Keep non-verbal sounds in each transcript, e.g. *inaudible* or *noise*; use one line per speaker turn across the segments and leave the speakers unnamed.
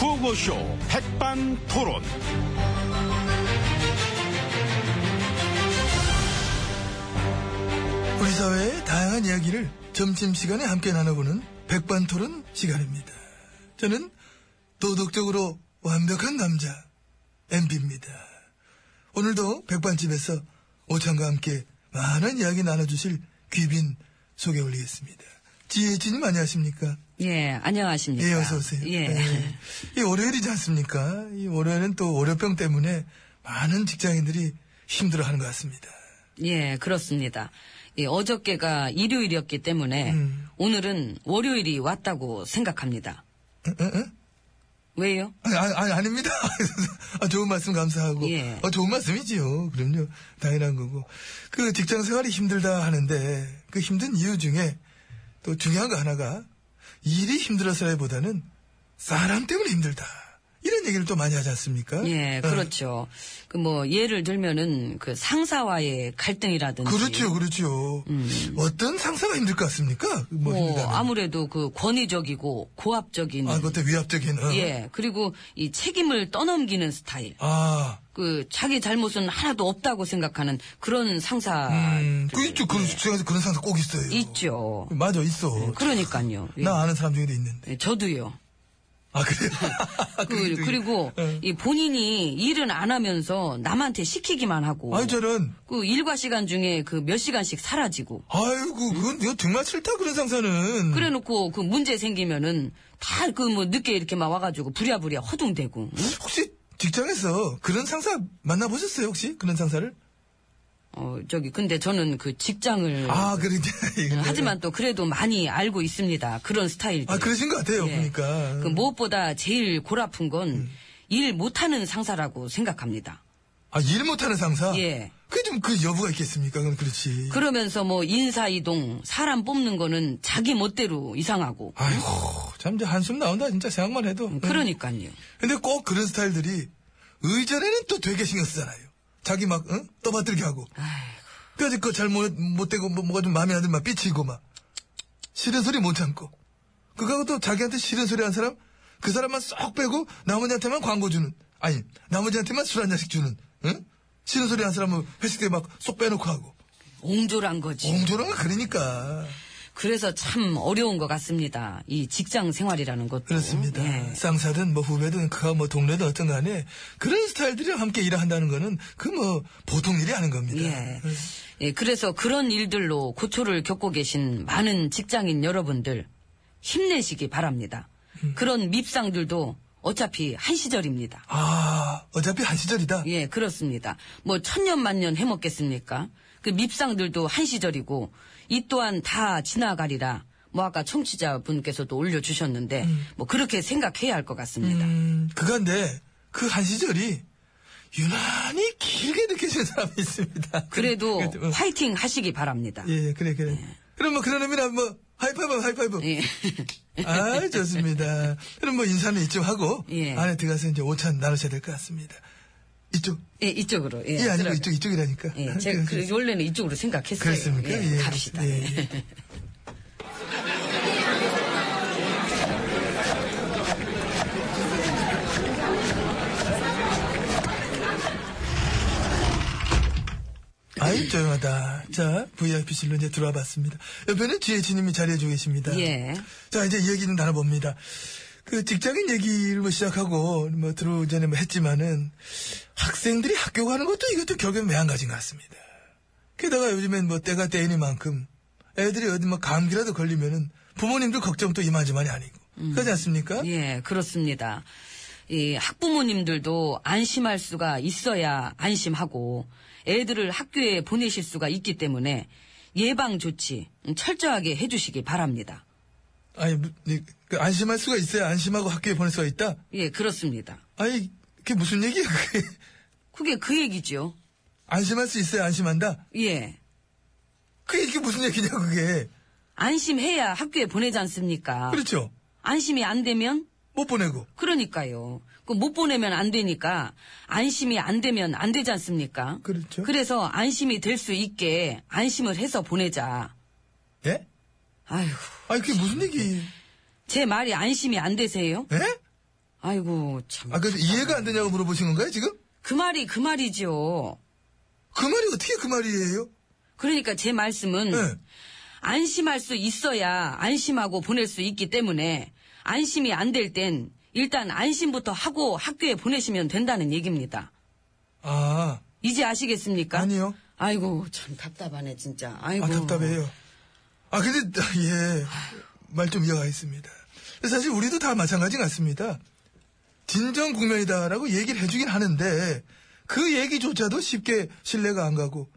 라디오쇼 백반토론.
우리 사회의 다양한 이야기를 점심시간에 함께 나눠보는 백반토론 시간입니다. 저는 도덕적으로 완벽한 남자 MB입니다. 오늘도 백반집에서 오찬과 함께 많은 이야기 나눠주실 귀빈 소개 올리겠습니다. 지혜진님 안녕하십니까?
예, 안녕하십니까.
예, 어서오세요. 네.
예.
이 월요일이지 않습니까? 이 월요일은 또 월요병 때문에 많은 직장인들이 힘들어 하는 것 같습니다.
*laughs* 예, 그렇습니다. 예, 어저께가 일요일이었기 때문에
음.
오늘은 월요일이 왔다고 생각합니다.
응, 응, 응?
왜요?
아니, 아니, 아니, 아닙니다. *laughs* 아, 좋은 말씀 감사하고.
예.
아, 좋은 말씀이지요. 그럼요. 당연한 거고. 그 직장 생활이 힘들다 하는데 그 힘든 이유 중에 또 중요한 거 하나가 일이 힘들어서라기보다는 사람 때문에 힘들다. 이런 얘기를 또 많이 하지 않습니까?
예, 그렇죠. 그 뭐 예를 들면은 그 상사와의 갈등이라든지
죠 그렇죠. 어떤 상사가 힘들 것 같습니까? 뭐,
음. 뭐
힘들다면.
아무래도 그 권위적이고 고압적인
아, 그것도 위압적인. 어.
예, 그리고 이 책임을 떠넘기는 스타일.
아,
그 자기 잘못은 하나도 없다고 생각하는 그런 상사
음, 그 있죠. 그런 직장에서 그런 상사 꼭 있어요.
아, 예. 있죠. 네,
맞아, 있어.
그러니까요. 예.
나 아는 사람 중에도 있는데.
예, 저도요.
아,
*laughs*
그래요? 그게 또
그, 리고
어.
이 본인이 일은 안 하면서 남한테 시키기만 하고
아니, 저는,
그 일과 시간 중에 그 몇 시간씩 사라지고
아이고, 그건 내가 정말 싫다, 그런 상사는.
음. 그래놓고 그 문제 생기면은 다 그 뭐 늦게 이렇게 막 와가지고 부랴부랴 허둥대고 응?
혹시 직장에서 그런 상사 만나보셨어요, 혹시? 그런 상사를?
네, 어 저기 근데 저는 그 직장을
아, 그러니까. 이거는.
네, 하지만 또 그래도 많이 알고 있습니다 그런 스타일들
아, 그러신 것 같아요,
예.
보니까.
그 무엇보다 제일 골아픈
음.
건 일 못하는 상사라고 생각합니다
아, 일 못하는 상사?
예.
그게 좀 그 여부가 있겠습니까? 그건 그렇지.
그러면서 뭐 인사 이동 사람 뽑는 거는 자기 멋대로 이상하고
아이고, 참, 이제 한숨 나온다, 진짜 생각만 해도.
네. 그러니까요.
근데 꼭 그런 스타일들이 의전에는 또 되게 신경 쓰잖아요. 자기 막, 응? 떠받들게 하고. 그래서 그잘 못, 못 되고, 뭐, 뭐가 좀 마음에 안 들면 막 삐치고 막. 싫은 소리 못 참고. 그거하고 또 자기한테 싫은 소리 한 사람, 그 사람만 쏙 빼고 나머지한테만 광고 주는. 아니, 나머지한테만 술 한 잔씩 주는. 응? 싫은 소리 한 사람은 회식 때 막 쏙 빼놓고 하고.
옹졸한 거지.
옹졸한 거 그러니까.
그래서 참 어려운 것 같습니다. 이 직장 생활이라는 것도.
그렇습니다.
예.
쌍사든 뭐 후배든 그가 뭐 동료든 어떤 간에 그런 스타일들이랑 함께 일을 한다는 거는 그 뭐 보통 일이 아닌 겁니다.
예. 예, 그래서 그런 일들로 고초를 겪고 계신 많은 직장인 여러분들 힘내시기 바랍니다.
음.
그런 밉상들도 어차피 한 시절입니다.
아, 어차피 한 시절이다.
예, 그렇습니다. 뭐 천년 만년 해먹겠습니까? 그 밉상들도 한 시절이고 이 또한 다 지나가리라. 뭐 아까 청취자분께서도 올려주셨는데 뭐 그렇게 생각해야 할 것 같습니다.
음, 그간데 그 한 시절이 유난히 길게 느껴지는 사람이 있습니다.
*laughs*
*laughs*
그래도
그래도, 어.
화이팅 하시기 바랍니다.
예, 예, 그래, 그래. 그럼 뭐 그런 의미로 뭐 하이파이브, 하이파이브.
예. *laughs*
아, 좋습니다. 그럼 뭐 인사는 이쯤 하고
예.
안에 들어가서 이제 오찬 나누셔야 될 것 같습니다. 이쪽,
예, 이쪽으로. 예,
이 아니고
들어가-
이쪽, 이쪽이라니까.
예,
*laughs*
제가 그, 원래는 이쪽으로 생각했어요.
그렇습니까?
예, 갑시다.
예, 예.
*laughs*
아이, 조용하다. 자, VIP실로 이제 들어와 봤습니다. 옆에는 GH님이 자리해주고 계십니다.
예.
자, 이제 얘기는 나눠봅니다. 그 직장인 얘기를 뭐 시작하고, 뭐 들어오기 전에 뭐 했지만은 학생들이 학교 가는 것도 이것도 결국엔 매한가지인 것 같습니다. 게다가 요즘엔 뭐 때가 때이니만큼 애들이 어디 뭐 감기라도 걸리면은 부모님들 걱정도 이만저만이 아니고. 그러지 않습니까?
예, 그렇습니다. 이 학부모님들도 안심할 수가 있어야 안심하고 애들을 학교에 보내실 수가 있기 때문에 예방 조치 철저하게 해주시기 바랍니다.
아니, 무- 이- 그 안심할 수가 있어야 안심하고 학교에 보낼 수가 있다?
예, 그렇습니다.
아니, 그게 무슨 얘기야, 그게. *laughs*
그게 그 얘기죠.
안심할 수 있어야 안심한다?
예.
그게 이게 무슨 얘기냐, 그게.
안심해야 학교에 보내지 않습니까?
그렇죠?
안심이 안 되면
못 보내고.
그러니까요. 그 못 보내면 안 되니까 안심이 안 되면 안 되지 않습니까?
그렇죠.
그래서 안심이 될 수 있게 안심을 해서 보내자.
예?
아휴,
아니, 그게 무슨 얘기.
제 말이 안심이 안 되세요?
예?
아이고 참.
아, 그래서 이해가 안 되냐고 물어보신 건가요, 지금?
그 말이 그 말이죠.
그 말이 어떻게 그 말이에요?
그러니까 제 말씀은
네.
안심할 수 있어야 안심하고 보낼 수 있기 때문에 안심이 안 될 땐 일단 안심부터 하고 학교에 보내시면 된다는 얘기입니다.
아,
이제 아시겠습니까?
아니요.
아이고 참 답답하네 진짜. 아이고.
아, 답답해요. 아, 근데, 예. 말 좀 이어가겠습니다. 사실 우리도 다 마찬가지 같습니다. 진정 국면이다라고 얘기를 해주긴 하는데, 그 얘기조차도 쉽게 신뢰가 안 가고,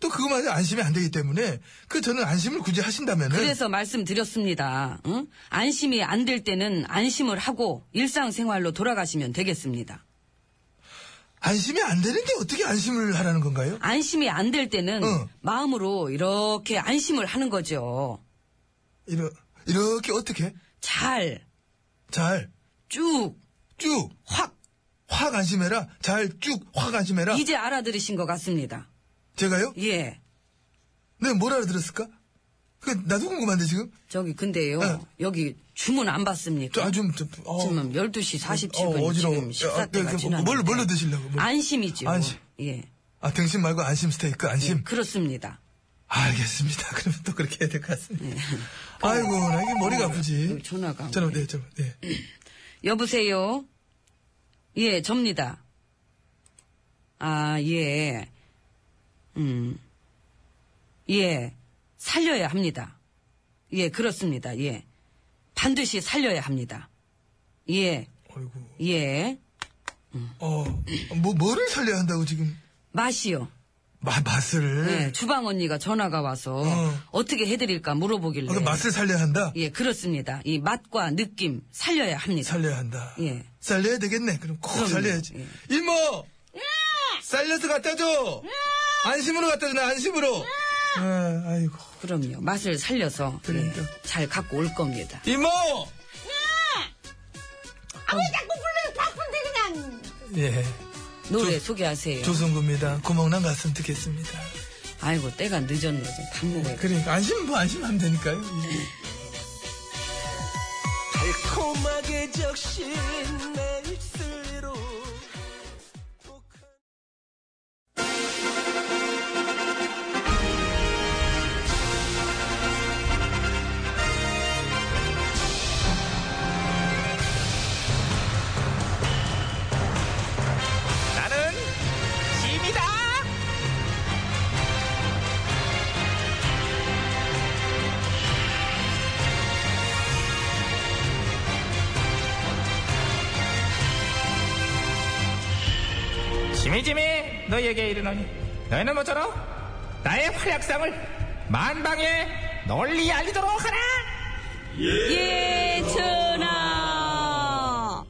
또 그것마저 안심이 안 되기 때문에, 그 저는 안심을 굳이 하신다면은.
그래서 말씀드렸습니다. 응? 안심이 안 될 때는 안심을 하고 일상생활로 돌아가시면 되겠습니다.
안심이 안 되는데 어떻게 안심을 하라는 건가요?
안심이 안 될 때는
응.
마음으로 이렇게 안심을 하는 거죠.
이러, 이렇게 어떻게?
잘,
잘,
쭉,
쭉,
확.
확 안심해라. 잘, 쭉, 확 안심해라.
이제 알아들으신 것 같습니다.
제가요?
예.
네, 뭘 알아들었을까? 그, 나도 궁금한데, 지금?
저기, 근데요.
네.
여기 주문 안 받습니까?
저, 아, 좀, 좀, 어.
지금 12시 47분.
어, 어지러워.
지금
야, 그,
14대가
그,
지났는데.
뭘로- 뭘로 드시려고? 뭘.
안심이죠.
안심.
예.
아, 등심 말고 안심 스테이크,
예,
안심.
그렇습니다.
알겠습니다. *laughs* 그러면 또 그렇게 해야 될 것 같습니다. 아이고, 나 이게 머리가 아프지.
여기 네. 어, 전화가 안
전화,
오네.
네, 전화, 네.
여보세요? 예, 접니다. 아, 예. 음. 예. 살려야 합니다. 예, 그렇습니다. 예. 반드시 살려야 합니다. 예,
아이고.
예.
어, 뭐, 뭐를 살려야 한다고 지금?
맛이요.
마, 맛을.
예, 주방 언니가 전화가 와서
네. 어.
어. 떻게 해드릴까 물어보길래.
아, 그 맛을 살려야 한다?
네. 예, 그렇습니다. 이 맛과 느낌 살려야 합니다.
살려야 한다.
예.
살려야 되겠네. 그럼 꼭
그럼요.
살려야지.
예.
이모!
예!
살려서 갖다 줘! 안심으로 갖다 주나, 안심으로!
예!
아, 아이고.
그럼요. 맛을 살려서 예,
그러니까.
잘 갖고 올 겁니다.
이모!
예! 자꾸 불러서 바쁜데 그냥
예.
노래
조-
소개하세요.
조성구입니다. 구멍난 가슴 듣겠습니다.
아이고 때가 늦었네 지금 밥 먹어야 돼.
그러니까, 안심, 뭐, 안심하면 되니까요. 예.
달콤하게 적신 내 입술로
나는 짐이다. 짐이 짐이 너희에게 이르노니 너희는 모처럼 나의 활약상을 만방에 널리 알리도록 하라.
예천아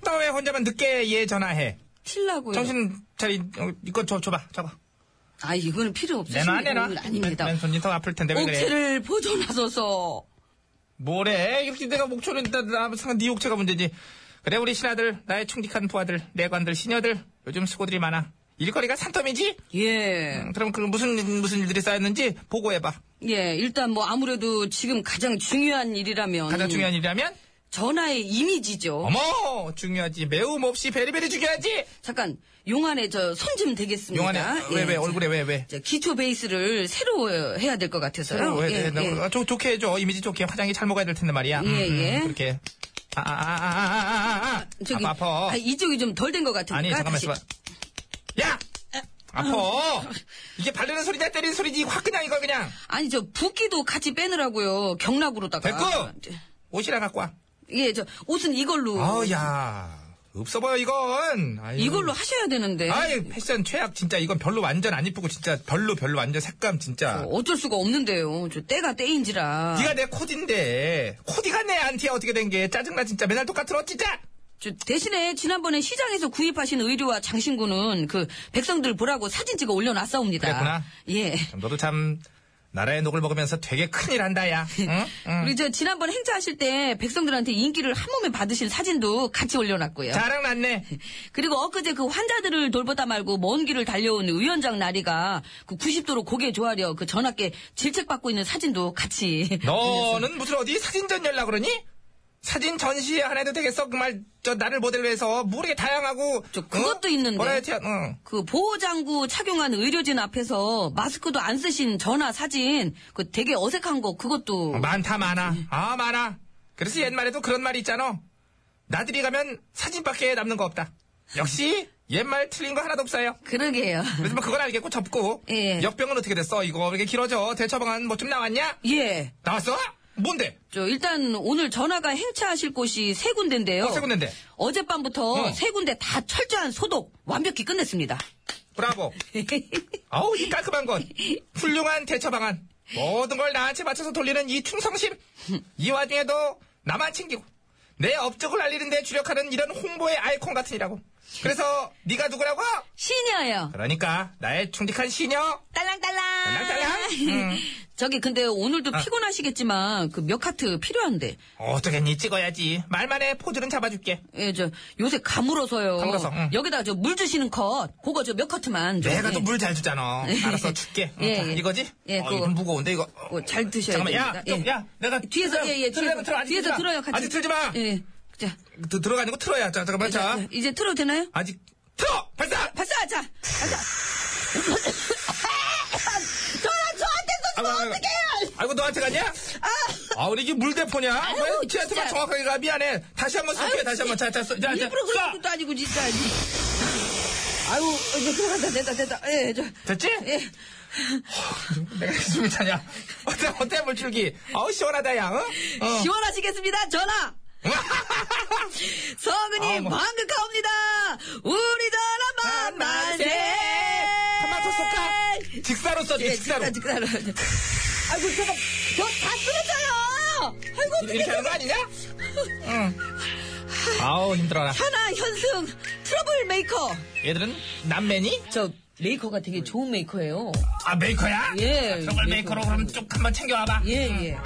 너 왜 혼자만 늦게 예 전화해?
칠라고요.
정신 차리 어, 이거 줘 줘봐 줘봐.
아 이거는 필요 없으신
내놔 내놔.
건 음, 아닙니다. 어,
맨- 맨손이 더 아플 텐데 왜 그래?
옥체를 보존하소서.
뭐래? 이렇게 내가 목초는 나, 나 상관 네 옥체가 문제지. 그래 우리 신하들, 나의 충직한 부하들, 내관들, 시녀들 요즘 수고들이 많아. 일거리가 산더미지?
예.
음, 그럼 그 무슨 무슨 일들이 쌓였는지 보고해봐.
예, 일단 뭐 아무래도 지금 가장 중요한 일이라면
가장 중요한 일이라면
전화의 이미지죠.
어머 중요하지. 매움 없이 베리베리 중요하지.
잠깐 용안에 저 손 좀 대겠습니다.
용안에 아, 왜왜
예, 저-
얼굴에 왜 왜?
저 기초 베이스를 새로 해야 될 것 같아서요.
어, 왜,
예,
왜, 나-
예.
아, 좋- 좋게 해줘. 이미지 좋게 화장이 잘 먹어야 될 텐데 말이야. 음,
예, 예.
그렇게. 아, 아, 아, 아, 아, 아, 아.
저기
아파, 아파.
아, 이쪽이 좀 덜 된 것 같으니까
아니 잠깐만
다시.
있어봐 야 아파 이게 바르는 소리냐 때리는 소리지 확 그냥 이거 그냥
아니 저 붓기도 같이 빼느라고요 경락으로다가
됐고! 옷이나 갖고 와
예저 옷은 이걸로
아, 아우야 없어 보여 이건 아유.
이걸로 하셔야 되는데
아이 패션 최악 진짜 이건 별로 완전 안 이쁘고 진짜 별로 별로 완전 색감 진짜
어쩔 수가 없는데요 저 때가 때인지라
네가 내 코디인데 코디가 내 안티야 어떻게 된 게 짜증나 진짜 맨날 똑같은 옷 진짜
저 대신에 지난번에 시장에서 구입하신 의류와 장신구는 그 백성들 보라고 사진 찍어 올려놨사옵니다
그랬구나.
예
참, 너도 참 나라의 녹을 먹으면서 되게 큰일 한다 야 응?
*laughs*
응.
그리고 저 지난번 행사하실 때 백성들한테 인기를 한 몸에 받으신 사진도 같이 올려놨고요
자랑 났네 *laughs*
그리고 엊그제 그 환자들을 돌보다 말고 먼 길을 달려온 위원장 나리가 그 90도로 고개 조아려 그 전학께 질책받고 있는 사진도 같이. *laughs*
너는 무슨 어디 사진전 열라 그러니? 사진 전시 하나 해도 되겠어? 그 말, 저, 나를 모델로 해서, 모르게 다양하고.
저 그것도 있는데.
버라이어티, 응.
그 보호장구 착용한 의료진 앞에서 마스크도 안 쓰신 전화 사진 그 되게 어색한 거 그것도
많다, 많아. 아, 많아. 그래서 옛말에도 그런 말이 있잖아. 나들이 가면 사진밖에 남는 거 없다. 역시, 옛말 틀린 거 하나도 없어요.
그러게요. *laughs*
그래서 뭐 그건 알겠고, 접고.
예.
역병은 어떻게 됐어? 이거 왜 이렇게 길어져? 대처방안 뭐 좀 나왔냐?
예.
나왔어? 뭔데?
저 일단 오늘 전화가 행차하실 곳이 세 군데인데요.
어, 세 군데인데.
어젯밤부터
어.
세 군데 다 철저한 소독 완벽히 끝냈습니다. *laughs*
브라보. 아우, 이 깔끔한 건. 훌륭한 대처방안. 모든 걸 나한테 맞춰서 돌리는 이 충성심. 이 와중에도 나만 챙기고. 내 업적을 알리는데 주력하는 이런 홍보의 아이콘 같으니라고. 그래서 네가 누구라고?
시니어요.
그러니까 나의 충직한 시녀.
딸랑딸랑. *laughs*
딸랑딸랑. 아. 음.
저기 근데 오늘도 피곤하시겠지만 그 몇 카트 필요한데.
어쩌겠니 찍어야지. 말만 해 포즈는 잡아줄게.
예, 저 요새 가물어서요.
가물어서, 응.
여기다 저 물 주시는 컷. 그거 저 몇 카트만. 좀,
내가
예.
또 물 잘 주잖아. 알았어 줄게.
*laughs*
응,
예, 예.
이거지?
예,
어,
그거.
이건 무거운데 이거. 어,
그거 잘 드셔야
잠깐만
됩니다.
야, 좀,
예.
야 내가
뒤에서 예, 예,
틀려면 틀어,
뒤에서,
아직
뒤에서
틀지 마.
틀어요. 같이.
아직 틀지 마.
예. 자,
드- 들어가 아니고 틀어야. 자, 잠깐만 자.
자, 이제 틀어도 되나요?
아직 틀어 발사.
발사! 자,
*laughs*
발사!
아이고, 아이고. 아이고 너한테 갔냐? 아, 우리 이게 물대포냐?
아이고,
왜 지한테만
진짜.
정확하게 가 미안해. 다시 한번 쏠게. 다시 한번 자자 자. 자,
일부러 그런
쏴.
것도 아니고, 진짜. 아유, 이거 들어간다, 됐다, 됐다. 예, 저,
됐지?
예.
내가 *laughs* 이렇게 숨이 차냐? 어때 어때 물줄기? 아우 시원하다 야. 어? 어.
시원하시겠습니다,
*laughs*
전화!
아,
성은이
뭐.
방극하옵니다! 우리 전화 만만세!
한번 더 쏠까? 직사로 써줘.
예,
직사로.
직사, 직사로. 아이고, 저거, 저다 쓰러져요! 아이고, 어떡해.
이렇게 하는 거 아니냐? 응. 아우 힘들어라.
현아, 현승, 트러블 메이커!
얘들은 남매니?
저, 메이커가 되게 좋은 메이커예요.
아 메이커야?
예,
아, 정말
메이커.
메이커로 그럼 쭉 한번 챙겨와봐.
예, 예.